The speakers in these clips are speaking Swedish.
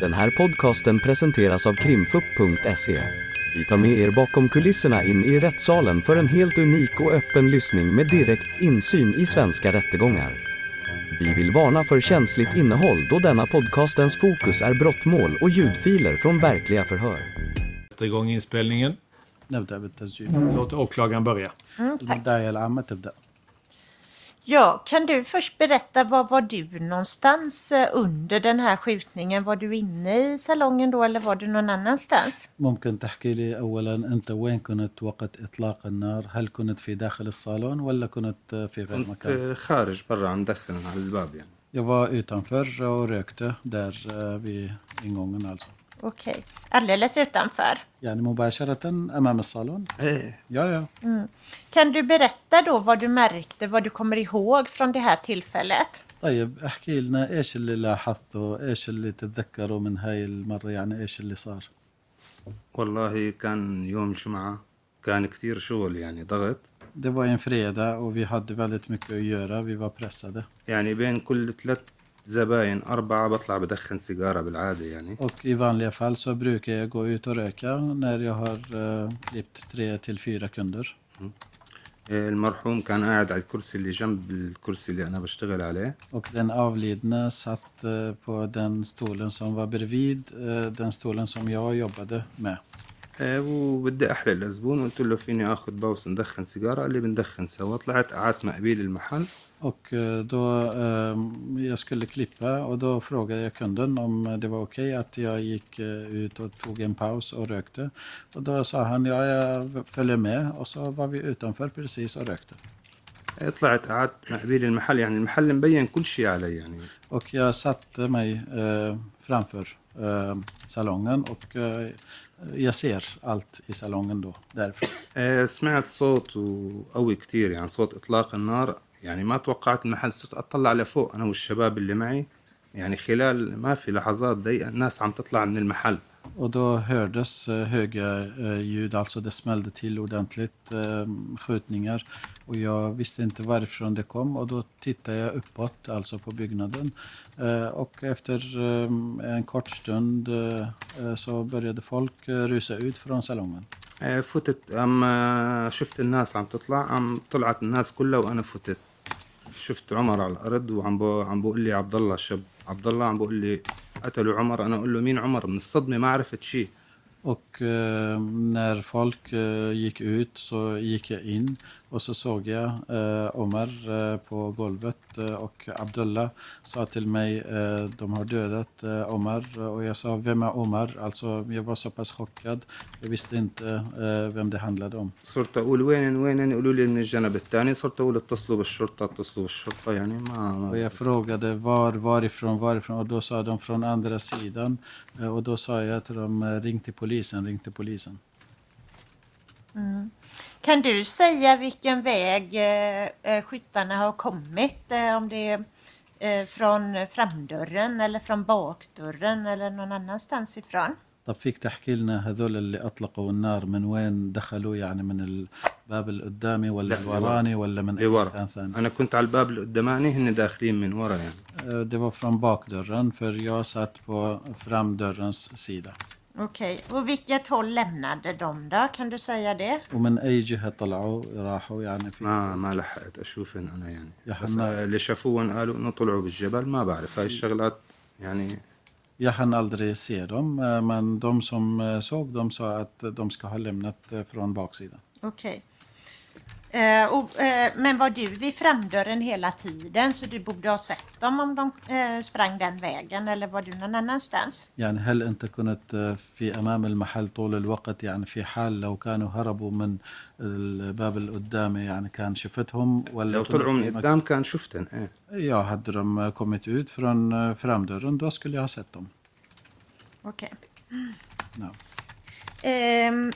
Den här podcasten presenteras av krimfupp.se. Vi tar med er bakom kulisserna in i rättssalen för en helt unik och öppen lyssning med direkt insyn i svenska rättegångar. Vi vill varna för känsligt innehåll då denna podcastens fokus är brottmål och ljudfiler från verkliga förhör. sätter igång inspelningen. نبدأ بالتسجيل Låt åklagaren börja. الداعية العامة تبدأ Ja, kan du först berätta var var du någonstans eh, under den här skjutningen? Var du inne i salongen då eller var du någon annanstans? ممكن تحكي لي أولا أنت وين كنت وقت إطلاق النار هل كنت في داخل الصالون ولا كنت في غير كنت مكان خارج برا عم دخن على الباب يعني Jag var utanför och rökte där eh, vid ingången alltså Okej, alldeles utanför. يعني مباشرة أمام الصالون ايه Ja, ja. Kan du berätta då vad du märkte, vad du kommer ihåg från det här tillfället? طيب احكي لنا ايش اللي لاحظته ايش اللي تتذكره من هاي المرة يعني ايش اللي صار والله كان يوم جمعة كان كتير شغل يعني ضغط Det var en fredag och vi hade väldigt mycket att göra. Vi var pressade. يعني بين كل ثلاث زباين أربعة بطلع بدخن سيجارة بالعادة يعني Och i vanliga fall så brukar jag gå ut och röka när jag har eh, klippt tre till fyra kunder. إيه، المرحوم كان قاعد على الكرسي اللي جنب الكرسي اللي أنا بشتغل عليه Och den avlidne satt eh, på den stolen som var bredvid eh, den stolen som jag jobbade med. إيه، وبدي أحرق الزبون قلت له فيني آخذ باوس ندخن سيجارة قال لي بندخن سوا طلعت قعدت مع قبيل المحل Och eh, då eh, jag skulle klippa och då frågade jag kunden om det var okej att jag gick eh, ut och tog en paus och rökte. Och då sa han ja, jag följer med och så var vi utanför precis och rökte. إيه، طلعت قعدت مع قبيل المحل يعني المحل مبين كل شيء علي يعني Och jag satte mig eh, framför eh, salongen och eh, jag ser allt i salongen då därifrån. آه، سمعت صوت وقوي كتير يعني صوت إطلاق النار يعني ما توقعت المحل صرت أطلع لفوق أنا والشباب اللي معي يعني خلال ما في لحظات دقيقة الناس عم تطلع من المحل Och då hördes eh, höga eh, ljud, alltså det smällde till ordentligt, eh, skjutningar. Och jag visste inte varifrån det kom och då tittade jag uppåt, alltså på byggnaden. Eh, och efter eh, en kort stund eh, eh, så började folk eh, rusa ut från salongen. آه، فتت أما شفت الناس عم تطلع عم طلعت الناس كلها وأنا فتت شفت عمر على الأرض وعم بو عم بقول لي عبد الله الشاب عبد الله عم بقول لي قتلوا عمر أنا أقول له مين عمر من الصدمة ما عرفت شيء Och eh, när folk eh, gick ut så gick jag in och så såg jag eh, Omar eh, på golvet eh, och Abdullah sa till mig eh, de har dödat eh, Omar och jag sa vem är Omar? Alltså jag var så pass chockad. Jag visste inte eh, vem det handlade om. صرت اقول وين وين يقولوا لي من الجنب الثاني صرت اقول اتصلوا بالشرطه اتصلوا بالشرطه يعني ما, Och ما jag frågade var, varifrån, varifrån och då sa de från andra sidan. Eh, och då sa jag till dem eh, ring till polisen, ring till polisen. Kan du säga vilken väg eh, eh, skyttarna har kommit? Eh, om det är eh, från framdörren eller från bakdörren eller någon annanstans ifrån? طب فيك تحكي لنا هذول اللي أطلقوا النار من وين دخلوا يعني من الباب القدامي ولا لا، الوراني ولا من اللي أي إيه، ورا. مكان ثاني؟ انا كنت على الباب القدماني هن داخلين من ورا يعني Eh, Det var från bakdörren för jag satt på framdörrens sida. Okej, och vilket håll lämnade de då? Kan du säga det? ومن أي جهة طلعوا راحوا يعني في ما ما لحقت اشوفهم انا يعني يا بس حنا. اللي شافوهم قالوا انه طلعوا بالجبل ما بعرف هاي الشغلات يعني Jag hann aldrig se dem eh, men de som eh, såg dem sa att eh, de ska ha lämnat eh, från baksidan. Okej. Eh, och, eh, men var du vid framdörren hela tiden så du borde ha sett dem om de eh, sprang den vägen eller var du någon annanstans? يعني هل أنت كنت في أمام المحل طول الوقت يعني في حال لو كانوا هربوا من الباب القدامي يعني كان شفتهم ولا لو كنت طلعوا في من مك- قدام كان شفتن ايه Ja, hade de kommit ut från framdörren då skulle jag ha sett dem. Okej. Ja. Ehm,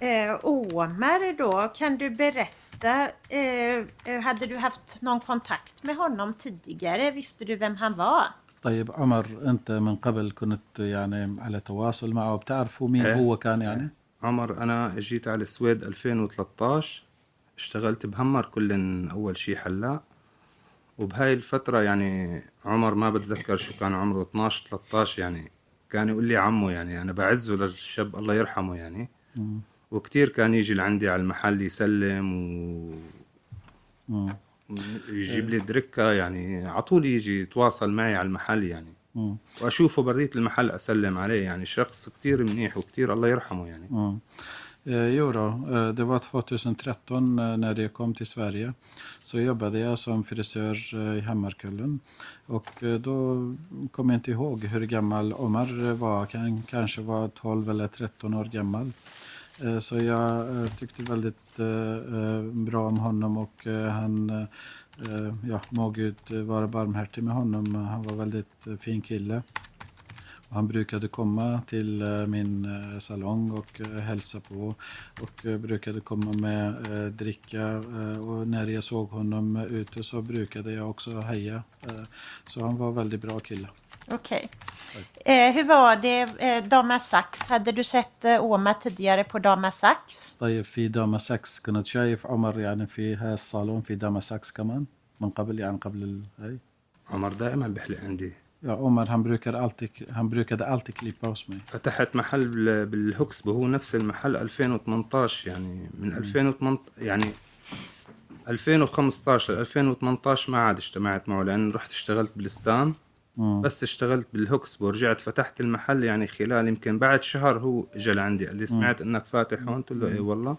eh, Omar då, kan du berätta, eh, eh, hade du haft någon kontakt med honom tidigare? Visste du vem han var? طيب عمر أنت من قبل كنت يعني على تواصل معه بتعرفوا مين إيه. هو كان يعني؟ عمر انا اجيت على السويد 2013 اشتغلت بهمر كلن اول شي حلاق وبهاي الفترة يعني عمر ما بتذكر شو كان عمره 12 13 يعني كان يقول لي عمه يعني انا بعزه للشاب الله يرحمه يعني وكتير كان يجي لعندي على المحل يسلم مم. ويجيب لي دركه يعني على طول يجي يتواصل معي على المحل يعني مم. واشوفه بريت المحل اسلم عليه يعني شخص كتير منيح وكتير الله يرحمه يعني Mm. Eh, jo då, eh, det var 2013 eh, när jag kom till Sverige. Så jobbade jag som frisör eh, i Hammarkullen. Och eh, då kom jag inte ihåg hur gammal Omar eh, var. Kan, kanske var 12 eller 13 år gammal. Eh, Så jag eh, tyckte väldigt eh, eh, bra om honom och eh, han, eh, eh, ja, må Gud eh, vara barmhärtig med honom. Han var väldigt eh, fin kille. Och Han brukade komma till eh, min eh, salong och eh, hälsa på och eh, brukade komma med eh, dricka eh, och när jag såg honom eh, ute så brukade jag också heja. eh, Så han var en väldigt bra kille. Okej. Eh, hur var det, eh, Dama Sax? Hade du sett eh, Åma tidigare på Dama Sax? طيب في داماسكس كنت شايف عمر يعني في هاي الصالون في داماسكس كمان من قبل يعني قبل ال- هاي عمر دائما بحلق عندي Ja, Omar han, brukar alltid, han brukade alltid klippa hos mig. فتحت محل بال- بالهوكسبو هو نفس المحل 2018 يعني من 2018 يعني 2015 ل 2018 ما عاد اجتمعت معه لان رحت اشتغلت بالستان Mm. بس اشتغلت بالهوكسبو رجعت فتحت المحل يعني خلال يمكن بعد شهر هو اجى لعندي قال لي سمعت انك فاتح هون قلت له اي والله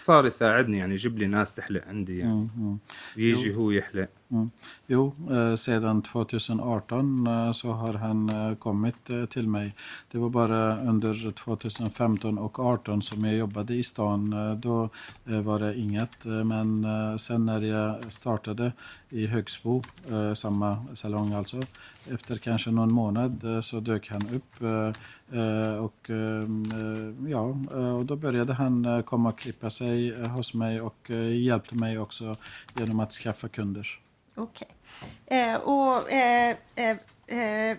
صار يساعدني يعني يجيب لي ناس تحلق عندي يعني Mm, mm. يجي هو يحلق Mm. Jo, eh, sedan 2018 eh, så har han eh, kommit eh, till mig. Det var bara under 2015 och 2018 som jag jobbade i stan. Eh, Då eh, var det inget. Eh, Men eh, sen när jag startade i Högsbo, eh, samma salong alltså, efter kanske någon månad eh, så dök han upp. eh, eh, Och, ehm, eh, ja, eh, och då började han eh, komma och klippa sig eh, hos mig och eh, hjälpte mig också genom att skaffa kunder. Okej. Eh, och eh, eh, eh,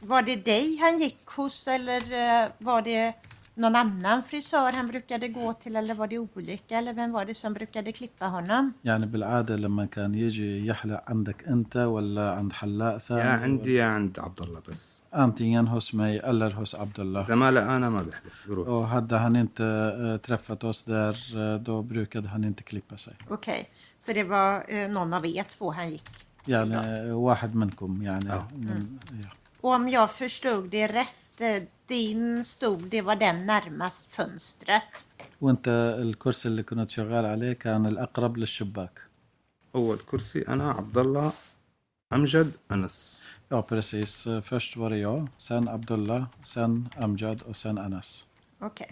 var det dig han gick hos eller eh, var det någon annan frisör han brukade gå till eller var det olika eller vem var det som brukade klippa honom? يعني بالعاده لما كان يجي يحلق عندك انت ولا عند حلاق ثاني يا عندي يا عند عبد الله بس antingen hos mig eller hos Abdullah. زمالة انا ما بحلق بروح Och hade han inte eh, träffat oss där eh, då brukade han inte klippa sig. Okej, så det var eh, någon av er två han gick. يعني نعم. eh, واحد منكم يعني من ja. Och om jag förstod det rätt, eh, din stol det var den närmast fönstret. وانت الكرسي اللي كنت شغال عليه كان الاقرب للشباك. اول كرسي انا عبد الله امجد انس Ja precis, Eh, först var det jag, sen Abdullah, sen Amjad och sen Anas. Okej.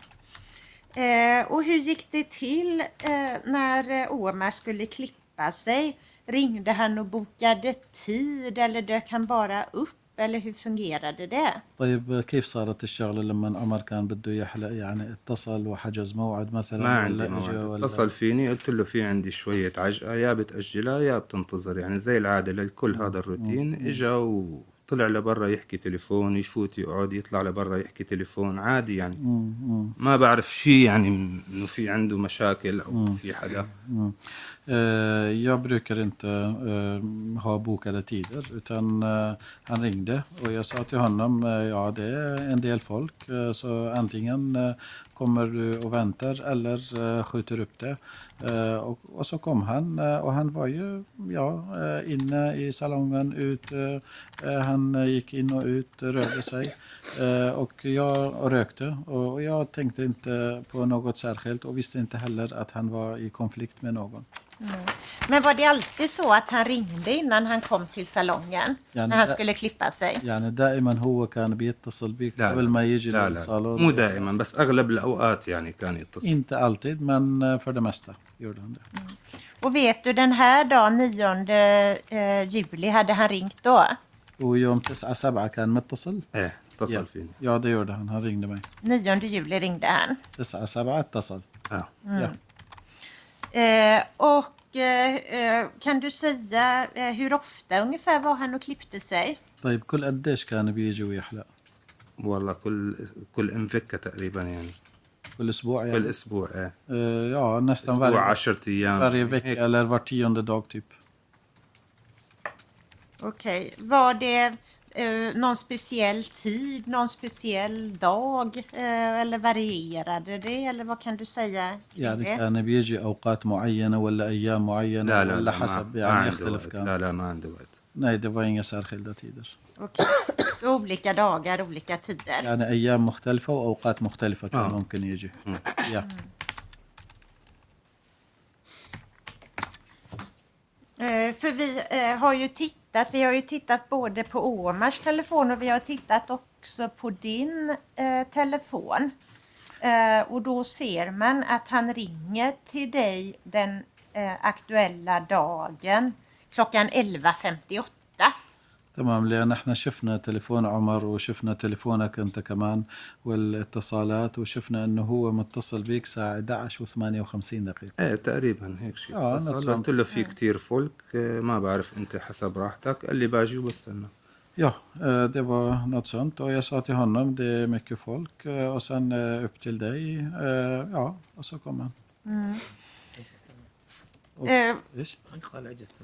Eh, och hur gick det till eh, när eh, Omar skulle klippa sig? Ringde han och bokade tid eller dök han bara upp? Eller hur fungerade det? طيب كيف صارت الشغله لما عمر كان بده يحلق يعني اتصل وحجز موعد مثلا ما ولا عندي إجا موعد ولا- اتصل فيني قلت له في عندي شوية عجقة يا بتأجلها يا بتنتظر يعني زي العادة للكل هذا الروتين اجا وطلع لبرا يحكي تليفون يفوت يقعد يطلع لبرا يحكي تليفون عادي يعني مم، مم. ما بعرف شيء يعني م- انه في عنده مشاكل او في حدا Mm. Eh, jag brukar inte eh, ha bokade tider utan eh, han ringde och jag sa till honom eh, ja det är en del folk eh, så antingen eh, kommer du och väntar eller eh, skjuter upp det. Eh, och, och så kom han eh, och han var ju ja, eh, inne i salongen, ut, eh, eh, han eh, gick in och ut, rörde sig eh, och jag rökte och, och jag tänkte inte på något särskilt och visste inte heller att han var i konflikt med någon. Men var det alltid så att han ringde innan han kom till salongen? Ja, när han det- skulle klippa sig? يعني دائما هو كان بيتصل بك لا، قبل ما يجي لا لا للصالون إيه. مو دائما بس اغلب الاوقات يعني كان يتصل Inte alltid, men eh, för det mesta gjorde han det. Och vet du, den här dagen, 9 eh, juli, hade han ringt då? ويوم 9 7 كان متصل ايه يا. اتصل فيني Ja, det gjorde han. Han ringde mig. 9 juli ringde han. 9 7 اتصل. اه Ja. Eh, och eh, eh, kan du säga eh, hur ofta ungefär var han och klippte sig? طيب كل قديش كان بيجي ويحلق؟ والله كل كل انفكه تقريبا يعني كل اسبوع كل يعني؟ اسبوع ايه آه، ja, nästan اسبوع varje, 10 ايام varje هيك. vecka eller var tionde dag typ. Okej, var det eh, någon speciell tid, någon speciell dag eh, eller varierade det eller vad kan du säga? kring يعني det? كان بيجي اوقات معينه ولا ايام معينه لا لا ولا لا ما, حسب ما يعني عنده يختلف وقت كان لا لا ما عنده وقت Nej, det var inga särskilda tider. Okej. Så olika dagar, olika tider. يعني أيام مختلفة وأوقات مختلفة آه. كان ممكن يجي. Ja. Eh, för vi eh, har ju tittat, vi har ju tittat både på Omars telefon och vi har tittat också på din eh, telefon. Eh, och då ser man att han ringer till dig den eh, aktuella dagen klockan 11.58. تمام لأن احنا شفنا تليفون عمر وشفنا تليفونك أنت كمان والاتصالات وشفنا أنه هو متصل بيك الساعة 11 و58 دقيقة. ايه تقريبا هيك شيء آه، بس نفس هلا قلت له في كتير فولك آه، ما بعرف انت حسب راحتك قال لي باجي وبستنى Ja, eh, det var något sånt och jag sa till honom det är mycket folk eh, och sen eh, upp till dig. eh, Ja, och så kom han. Eh, Ish.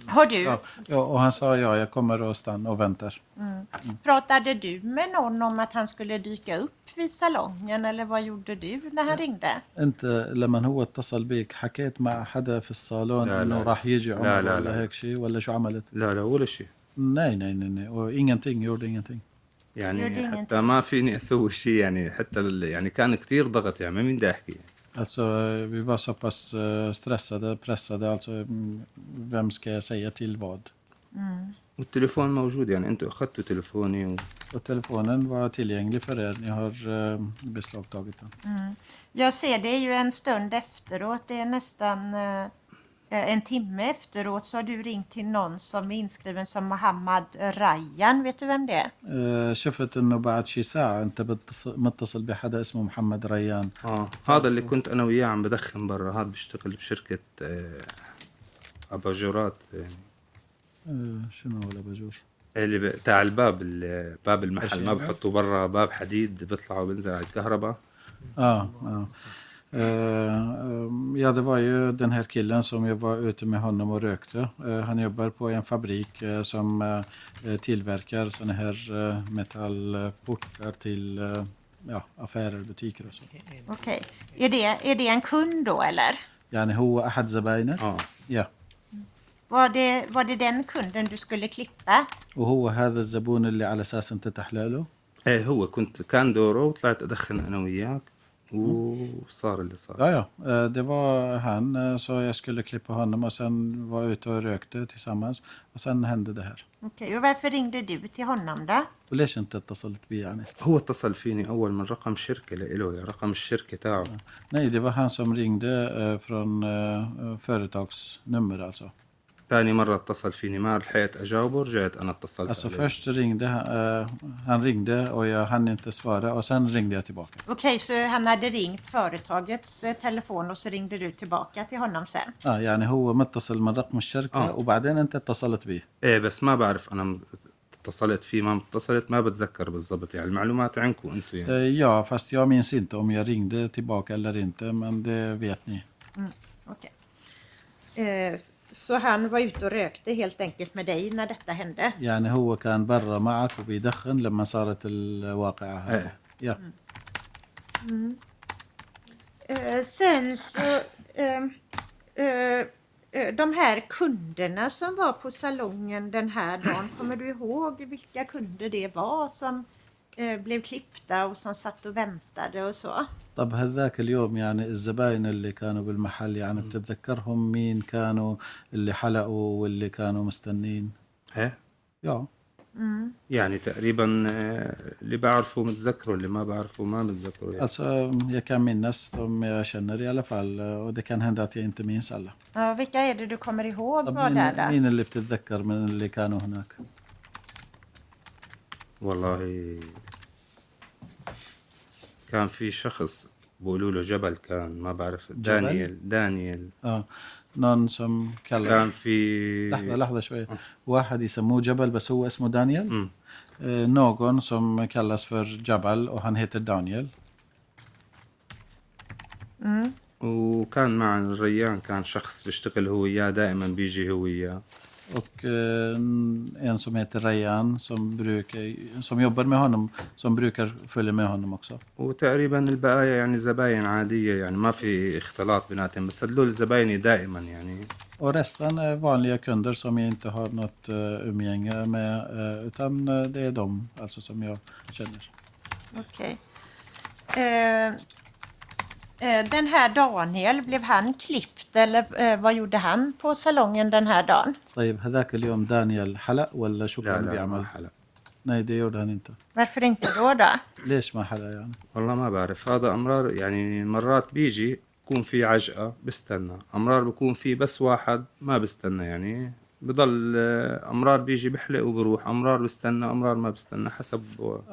har du, Ja, ja, och han sa ja, jag kommer och stannar och väntar. pratade du med någon om att han skulle dyka upp vid salongen eller vad gjorde du när han ringde? انت لما هو اتصل بيك حكيت مع حدا في الصالون لا، انه لا. راح يجي عمر لا، لا، ولا لا. هيك شيء ولا شو عملت؟ لا لا ولا شيء ناي ناي ناي ناي وingenting gjorde ingenting. يعني يوريني حتى ما فيني اسوي شيء يعني حتى ال- يعني كان كتير ضغط يعني ما مين بدي احكي Alltså eh, vi var så pass eh, stressade, pressade, alltså mm, vem ska jag säga till vad? والتليفون موجود يعني انتم اخذتوا تليفوني و... Och telefonen var tillgänglig för er, ni har eh, beslagtagit den. Jag ser det är ju en stund efteråt. Det är nästan eh, en timme efteråt så har du ringt till någon som är inskriven som Mohammad Rayan. Vet du vem det är? Eh, شفت انه بعد شي ساعة انت بتص- متصل بحدا اسمه محمد ريان اه هذا اللي كنت انا وياه عم بدخن برا هذا بيشتغل بشركه آه اباجورات يعني eh, شنو هو الاباجور؟ اللي ب- تاع الباب ال- باب المحل ما الشباك؟ بحطوا برا باب حديد بيطلعوا بينزل على الكهرباء Ja, ja. Eh, ehm, ja, det var ju den här killen som jag var ute med honom och rökte. Eh, han jobbar på en fabrik eh, som eh, tillverkar sådana här eh, metallportar till eh, ja, affärer, butiker och så. Okej. Är, det, är det en kund då eller? يعني هو أحد زباينه اه يا Var det, var det den kunden du skulle klippa? وهو هذا الزبون اللي على أساس أنت تحلاله ايه هو كنت كان دوره وطلعت ادخن انا وياك وصار اللي صار Ja, ja, eh, det var han. eh, Så jag skulle klippa honom och sen var jag ute och rökte tillsammans. Och sen hände det här. Okej. Och varför ringde du till honom då? وليش انت اتصلت بي يعني؟ هو اتصل فيني اول من رقم شركه لإله يعني رقم الشركه تاعه Nej, det var han som ringde eh, från eh, företagsnummer alltså. ثاني مرة اتصل فيني ما لحقت اجاوبه رجعت انا اتصلت Alltså عليه. först ringde han, eh, han ringde och jag hann inte svara och sen ringde jag tillbaka. Okej, så han hade ringt företagets eh, telefon och så ringde du tillbaka till honom sen? اه يعني هو متصل من رقم الشركة آه. وبعدين انت اتصلت به. ايه بس ما بعرف انا م- اتصلت فيه ما اتصلت ما بتذكر بالضبط يعني المعلومات عندكم انتم Eh, يعني ja, fast jag minns inte om jag ringde tillbaka eller inte, men det vet ni. Okej. Eh, s- så han var ute och rökte helt enkelt med dig när detta hände? يعني هو كان برا معك وبيدخن لما صارت الواقعة هذه. إيه. يا Eh, sen så... Eh, eh, eh, de här kunderna som var på salongen den här dagen, kommer du ihåg vilka kunder det var som eh, blev klippta och som satt och väntade och så? طب هذاك اليوم يعني الزباين اللي كانوا بالمحل يعني بتتذكرهم مين كانوا اللي حلقوا واللي كانوا مستنين؟ ايه Ja, يعني تقريبا آه، اللي بعرفه متذكره اللي ما بعرفه ما متذكره يعني. alltså jag kan minnas de jag känner i alla fall och det kan hända att jag inte minns alla. Ja, vilka är det du kommer ihåg طب var مين, där då? مين اللي بتتذكر من اللي كانوا هناك؟ والله كان في شخص بقولوا له جبل كان ما بعرف دانيال دانيال اه نون سم كان كلا في آه. لحظة لحظة شوية واحد يسموه جبل بس هو اسمه دانيال آه، någon som kallas för Jabal och han heter Daniel. وكان مع الريان كان شخص بيشتغل هو وياه دائما بيجي هو وياه och eh, en som heter Rayan som, brukar, som jobbar med honom, som brukar följa med honom också. وتقريبا البقايا يعني زباين عادية يعني ما في اختلاط بيناتهم بس هدول زبايني دائما يعني Och resten är vanliga kunder som jag inte har något eh, umgänge med eh, utan eh, det är de alltså, som jag känner. Okej. Eh, eh, den här Daniel, blev han klippt eller eh, vad gjorde han på salongen den här dagen? طيب هذاك اليوم دانيال حلق ولا شو لا كان لا ما بيعمل؟ حلا Nej, det gjorde han inte. Varför inte då då? ليش ما حلق يعني؟ والله ما بعرف هذا امرار يعني مرات بيجي بكون في عجقه بستنى امرار بكون في بس واحد ما بستنى يعني بضل آه، امرار بيجي بحلق وبروح امرار بستنى امرار ما بستنى حسب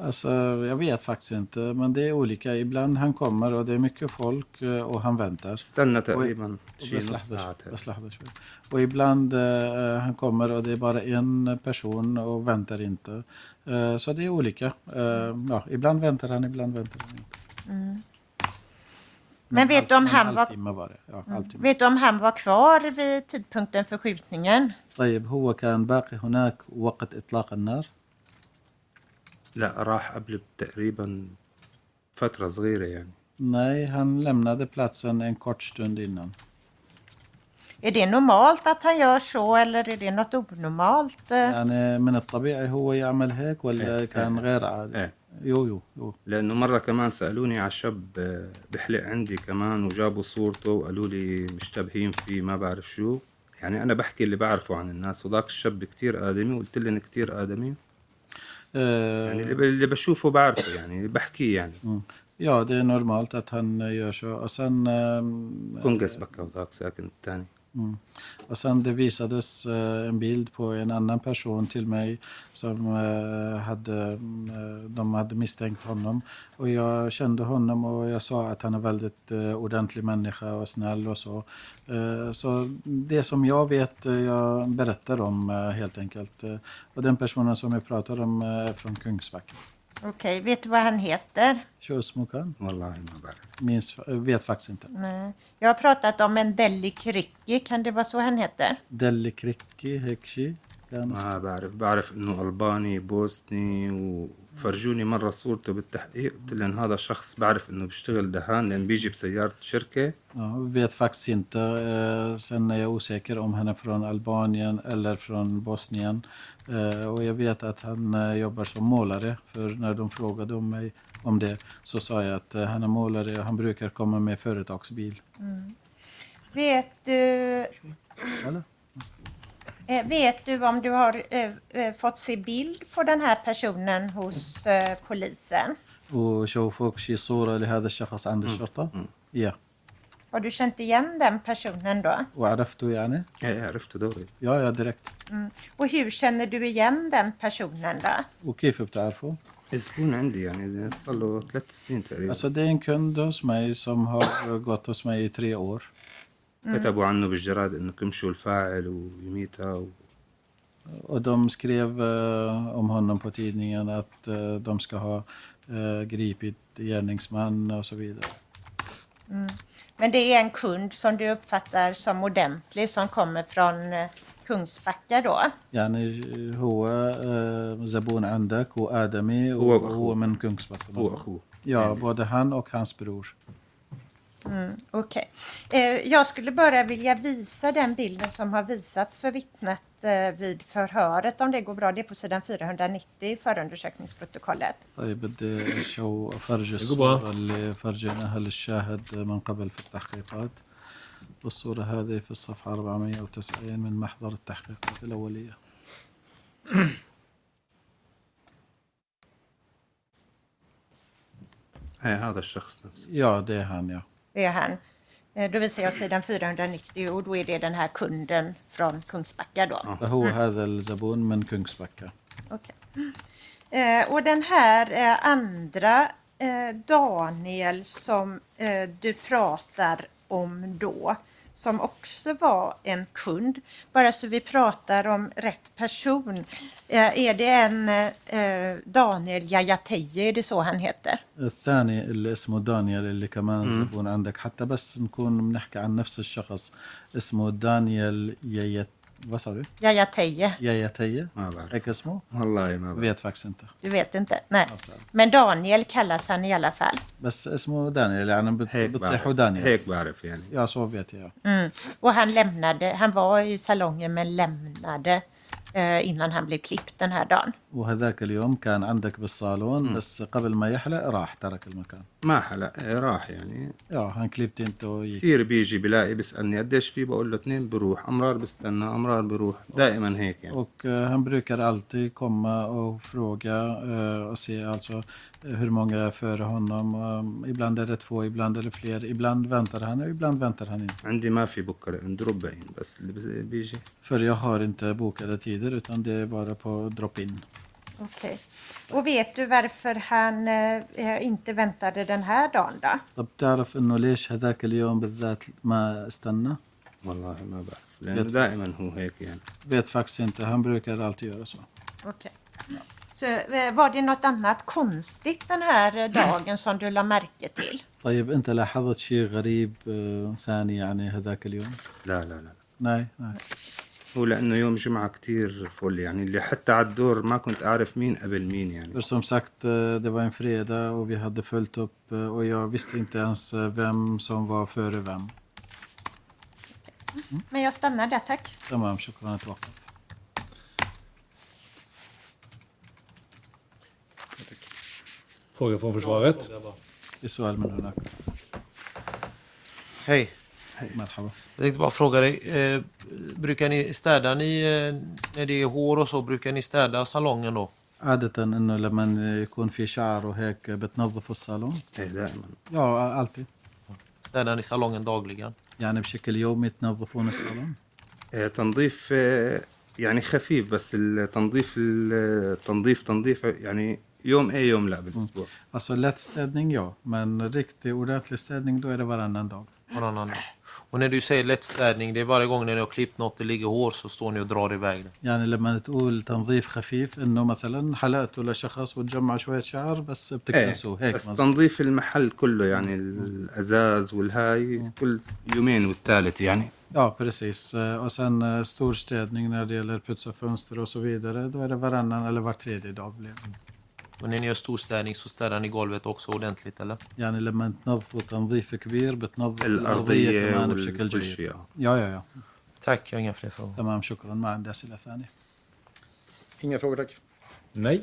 Alltså, jag vet faktiskt inte, men det är olika. Ibland han kommer och det är mycket folk eh, och han väntar. استنى تقريبا Och شي Bäst نص lahda ساعه شوي. Bäst lahda شوي. Och ibland eh, han kommer och det är bara en person och väntar inte. Eh, så det är olika. Eh, ja, ibland väntar han, ibland väntar han inte. Men vet du om en han var- Mm. halvtimme var det. Ja, halvtimme. Vet du om han var kvar vid tidpunkten för skjutningen? طيب هو كان باقي هناك وقت إطلاق النار لا راح قبل تقريبا فتره صغيره يعني Nej, han lämnade platsen en kort stund innan. Är det normalt att han gör så eller är det något onormalt? Eh, يعني من الطبيعي هو يعمل هيك ولا إيه، كان غير عادي؟ ايه يو يو يو لانه مره كمان سالوني على شاب آه، بحلق عندي كمان وجابوا صورته وقالوا لي مشتبهين فيه ما بعرف شو يعني انا بحكي اللي بعرفه عن الناس وذاك الشاب كتير ادمي وقلت لي انه كتير ادمي آه، يعني اللي ب- اللي بشوفه بعرفه يعني بحكيه يعني Mm. Ja, det är normalt att han eh, gör så. Och sen, ehm, كونغس بكا وذاك ساكن الثاني mm. och sen det visades eh, en bild på en annan person till mig som eh, hade, mm, eh, de hade misstänkt honom. Och jag kände honom och jag sa att han är väldigt eh, ordentlig människa och snäll och så. Eh, Så det som jag vet, eh, jag berättar om eh, helt enkelt. Eh, Och den personen som jag pratar om eh, är från Kungsbacka. Okej, vet du vad han heter? Kösmokan? والله ما بعرف Minns, eh, vet faktiskt inte. Nej. Jag har pratat om en Deli Kricki, kan det vara så han heter? دل كريكي هيك شيء كان اسمه. ما بعرف بعرف انه الباني بوسني وفرجوني مره صورته بالتحقيق قلت لهم هذا شخص بعرف انه بيشتغل دهان لان بيجي بسياره شركه Ja, vet faktiskt inte. Eh, Sen är jag osäker om han är från Albanien eller från Bosnien. Eh, Och jag vet att han eh, jobbar som målare. För när de frågade om mig om det så sa jag att eh, han är målare och han brukar komma med företagsbil. Vet du, Eller? eh, vet du om du har eh, eh, fått se bild på den här personen hos eh, polisen? وشوفوك شي صورة لهذا الشخص عند الشرطة؟ يا Har du känt igen den personen då? وعرفته يعني؟ ايه عرفته دوري يا يا ديريكت Och hur känner du igen den personen då? وكيف بتعرفه؟ زبون عندي يعني صار له ثلاث سنين تقريبا Alltså det är en kund hos mig som har gått hos mig i tre år. كتبوا عنه بالجراد انه كمشوا الفاعل ويميتها و... Och de skrev eh, om honom på tidningen att eh, de ska ha eh, gripit gärningsman och så vidare. Men det är en kund som du uppfattar som ordentlig som kommer från eh, Kungsbacka då? يعني هو eh, زبون عندك وآدمي هو وهو, وأخوه. من Kungsbacka. هو اخوه Ja, både han och hans bror. Okej. Eh, Jag skulle bara vilja visa den bilden som har visats för vittnet eh, vid förhöret om det går bra. Det är på sidan 490 i förundersökningsprotokollet. طيب بدي شو فرجي يقبل. الصورة اللي فرجيناها للشاهد من قبل في التحقيقات والصورة هذه في الصفحة 490 من محضر التحقيقات الأولية ايه هذا الشخص نفسه Ja, det är han ja. Det är han. Eh, Då visar jag sidan 490 och då är det den här kunden från Kungsbacka då. هو هذا الزبون من كونغسباكا Okej. Eh, och den här eh, andra eh, Daniel som eh, du pratar om då, som också var en kund. Bara så vi pratar om rätt person. Eh, är det en eh, Daniel Yayateje, är det så han heter? الثاني اللي اسمه دانيال اللي كمان زبون عندك حتى بس نكون بنحكي عن نفس الشخص اسمه دانيال ييت Vad sa du? Yahya Teye. Yahya Teye? ما بعرف Vilka små? والله ما بعرف Vet faktiskt inte. Du vet inte? Nej. Okej. Men Daniel kallas han i alla fall. بس اسمه دانيال يعني بت- هيك بتصيحوا بعرف دانيال هيك بعرف يعني Ja, så vet jag. Mm. Och han lämnade, han var i salongen men lämnade eh, innan han blev klippt den här dagen. وهذاك اليوم كان عندك بالصالون بس قبل ما يحلق راح ترك المكان ما حلق إيه، راح يعني يا هنكليبت انت ويك كثير بيجي بلاقي بيسالني قديش في بقول له اثنين بروح امرار بستنى امرار بروح دائما هيك يعني Och eh, han brukar alltid komma och fråga eh, och se alltså eh, hur många är före honom. Um, ibland är det två, ibland är det fler. Ibland väntar han och ibland väntar han inte. عندي ما في بكره عند ربعين بس اللي بس- بيجي För jag har inte bokade tider utan det är bara på drop-in. Okej. Och vet du varför han eh, inte väntade den här dagen då? طب بتعرف انه ليش هذاك اليوم بالذات ما استنى؟ والله ما بعرف لانه دائما هو هيك يعني Vet faktiskt inte. Han brukar alltid göra så. Okej. Så, eh, var det något annat konstigt den här eh, dagen som du la märke till? طيب انت لاحظت شيء غريب آه، ثاني يعني هذاك اليوم؟ لا لا لا ناي ناي هو لانه يوم جمعه كتير فل يعني اللي حتى على الدور ما كنت اعرف مين قبل مين يعني För som sagt, eh, det var en fredag och vi hade följt upp eh, och jag visste inte ens eh, vem som var före vem. Men jag stannar där tack. تمام شكرا اتوقف. Fråga från försvaret. Det är سؤال من هناك. Hej. مرحبا. Jag tänkte bara fråga dig. Eh, brukar ni städa ni, eh, när det är hår och så? Brukar ni städa salongen då? عادة انه لما يكون في شعر وهيك بتنظفوا الصالون؟ ايه دائما Ja, alltid. Städar ni salongen dagligen? يعني بشكل يومي تنظفون الصالون؟ إيه تنظيف إيه، يعني خفيف بس التنظيف التنظيف تنظيف يعني يوم ايه يوم لا بالاسبوع Alltså lättstädning ja, men riktig ordentlig städning då är det varannan dag. Varannan dag. Och när du säger lättstädning, det är varje gång när ni har klippt något, det ligger hår, så står ni och drar iväg det. يعني لما تقول تنظيف خفيف انه مثلا حلقته لشخص وتجمع شوية شعر بس ايه بتكنسوه هيك بس مزبوط. تنظيف المحل كله يعني الازاز والهاي كل يومين والثالث يعني Ja, precis. Eh, Och sen eh, storstädning när det gäller putsa fönster och så vidare. Då är det varannan eller var tredje dag. blir det. Och när ni gör storstädning så städar ni golvet också ordentligt, eller? يعني لما تنظفوا تنظيف كبير بتنظف الأرضية الارضيه كمان بشكل وال- جيد. والاشياء Ja, ja, ja. Tack, jag har inga fler frågor. تمام شكرا ما عندي أسئلة ثانية. Inga frågor tack. Nej.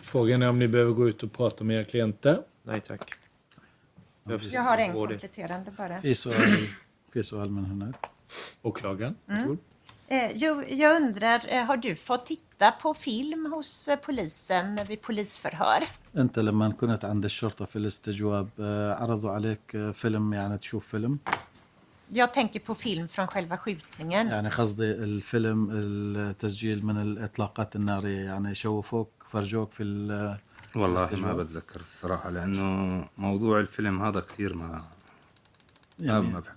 Frågan är om ni behöver gå ut och prata med era klienter. Nej tack. Jag har en kompletterande bara. في سؤال في سؤال من هناك. Åklagaren. Mm. Eh, jo, jag undrar, eh, har du fått titta på film hos eh, polisen vid polisförhör? أنت لما كنت عند الشرطة في الاستجواب آه، عرضوا عليك آه، فيلم يعني تشوف فيلم Jag tänker på film från själva skjutningen. يعني قصدي الفيلم eh, التسجيل من الإطلاقات النارية يعني شوفوك فرجوك في ال- والله ما الاستجواب. بتذكر الصراحه لانه موضوع الفيلم هذا كثير ما ما- يعني ما بحب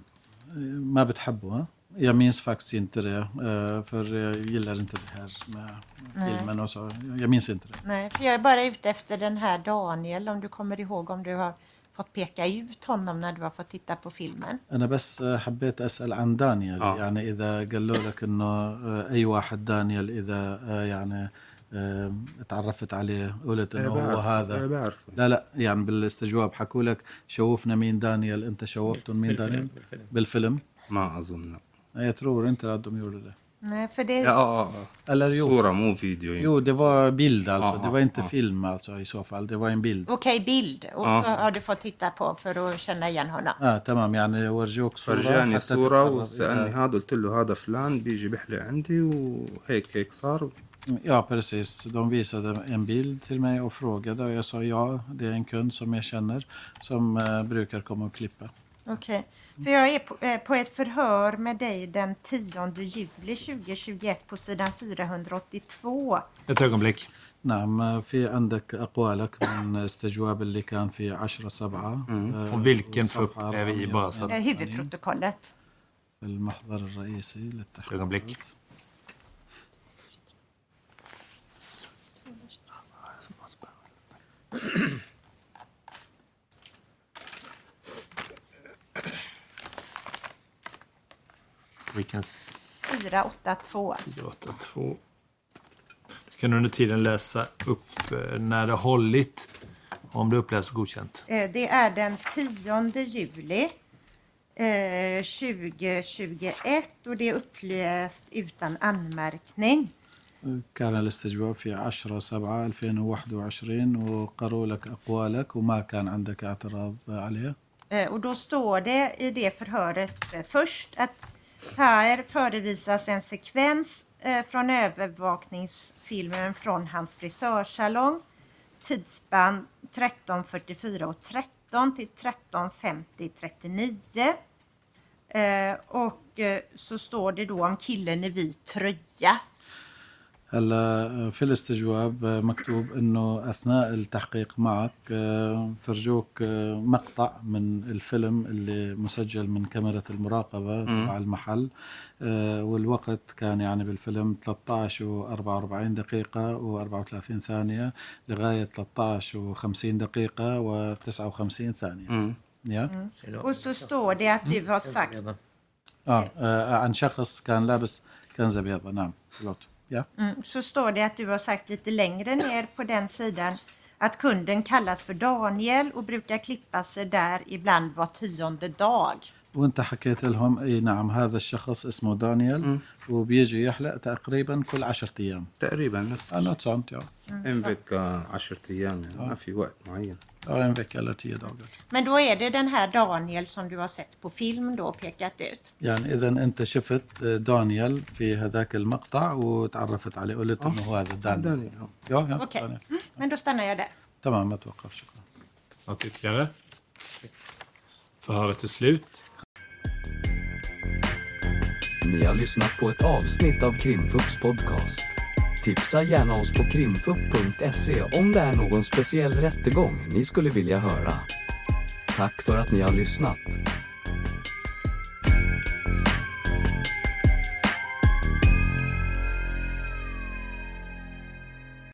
ما بتحبه ها؟ Jag minns faktiskt inte det, eh, för jag gillar inte det här med Nej. filmen och så. Jag minns inte det. Nej, för jag är bara ute efter den här Daniel, om du kommer ihåg om du har fått peka ut honom när du har fått titta på filmen. أنا بس eh, حبيت أسأل عن دانيال آه. يعني إذا قالوا لك إنه eh, أي واحد دانيال إذا eh, يعني eh, تعرفت عليه قلت إنه هو إيه هذا بعرفه لا لا يعني بالاستجواب حكوا لك شوفنا مين دانيال أنت شوفتهم مين دانيال بالفيلم إيه، ما اظن Jag tror inte att de gjorde det. Nej, för det... لا اه اه Eller اه jo, صوره مو فيديو يعني. jo det var bild alltså. Ja, Det ja, var inte ja. film alltså i så fall. Det var en bild. Okej bild och Ja. så har du fått titta på för att känna igen honom. اه تمام يعني ورجوك صوره حتى فرجاني آه، الصوره تتقرب وسالني إلى- هذا قلت له هذا فلان بيجي بيحلق عندي وهيك هيك صار Ja precis, de visade en bild till mig och frågade och jag sa ja, det är en kund som jag känner som eh, brukar komma och klippa. Okej. För jag är på, eh, på ett förhör med dig den 10 juli 2021 på sidan 482. Ett ögonblick. نعم في عندك أقوالك من استجواب اللي كان في 10 7 Och vilken frukt är vi i bara så att... Eh, huvudprotokollet. المحضر الرئيسي للتحقيق Ögonblick. Vilken s- 482. 482. Du kan under tiden läsa upp eh, när det hållit. Om det upplevs godkänt. Eh, Det är den 10 juli eh, 2021 och det är uppläst utan anmärkning. كان الاستجواب في 10 7 2021 وقروا لك أقوالك وما كان عندك اعتراض عليه Eh, Och då står det i det förhöret eh, först att Per förevisas en sekvens eh, från övervakningsfilmen från hans frisörsalong. Tidsspann 13.44 och 13 till 13.50 39. Eh, och eh, så står det då om killen i vit tröja. هلا في الاستجواب مكتوب انه اثناء التحقيق معك آه، فرجوك آه، مقطع من الفيلم اللي مسجل من كاميرا المراقبه تبع المحل آه، والوقت كان يعني بالفيلم 13 و44 دقيقه و34 ثانيه لغايه 13 و50 دقيقه و59 ثانيه Mm. يا Och så står det att du har sagt آه. اه عن شخص كان لابس كنزه بيضاء نعم بالضبط. يا Mm, så står det att du har sagt lite längre ner på den sidan att kunden kallas för Daniel och brukar klippa sig där ibland var tionde dag. وانت حكيت لهم اي نعم هذا الشخص اسمه دانيال وبيجي يحلق تقريبا كل 10 ايام تقريبا نفس انا تسعمت يا انفك عشرة ايام يعني ما في وقت معين en vecka eller tio dagar. Men då är det den här Daniel som du har sett på film då och pekat ut. يعني اذا انت شفت آه، دانيال في هذاك المقطع وتعرفت عليه قلت انه هو هذا دانيال داني آه. يا يا Okej, دانيال. mm, men då stannar jag där. تمام ما توقف شكرا Något ytterligare? Förhöret är slut. Ni har lyssnat på ett avsnitt av Krimfupps podcast. Tipsa gärna oss på krimfupp.se om det är någon speciell rättegång ni skulle vilja höra. Tack för att ni har lyssnat.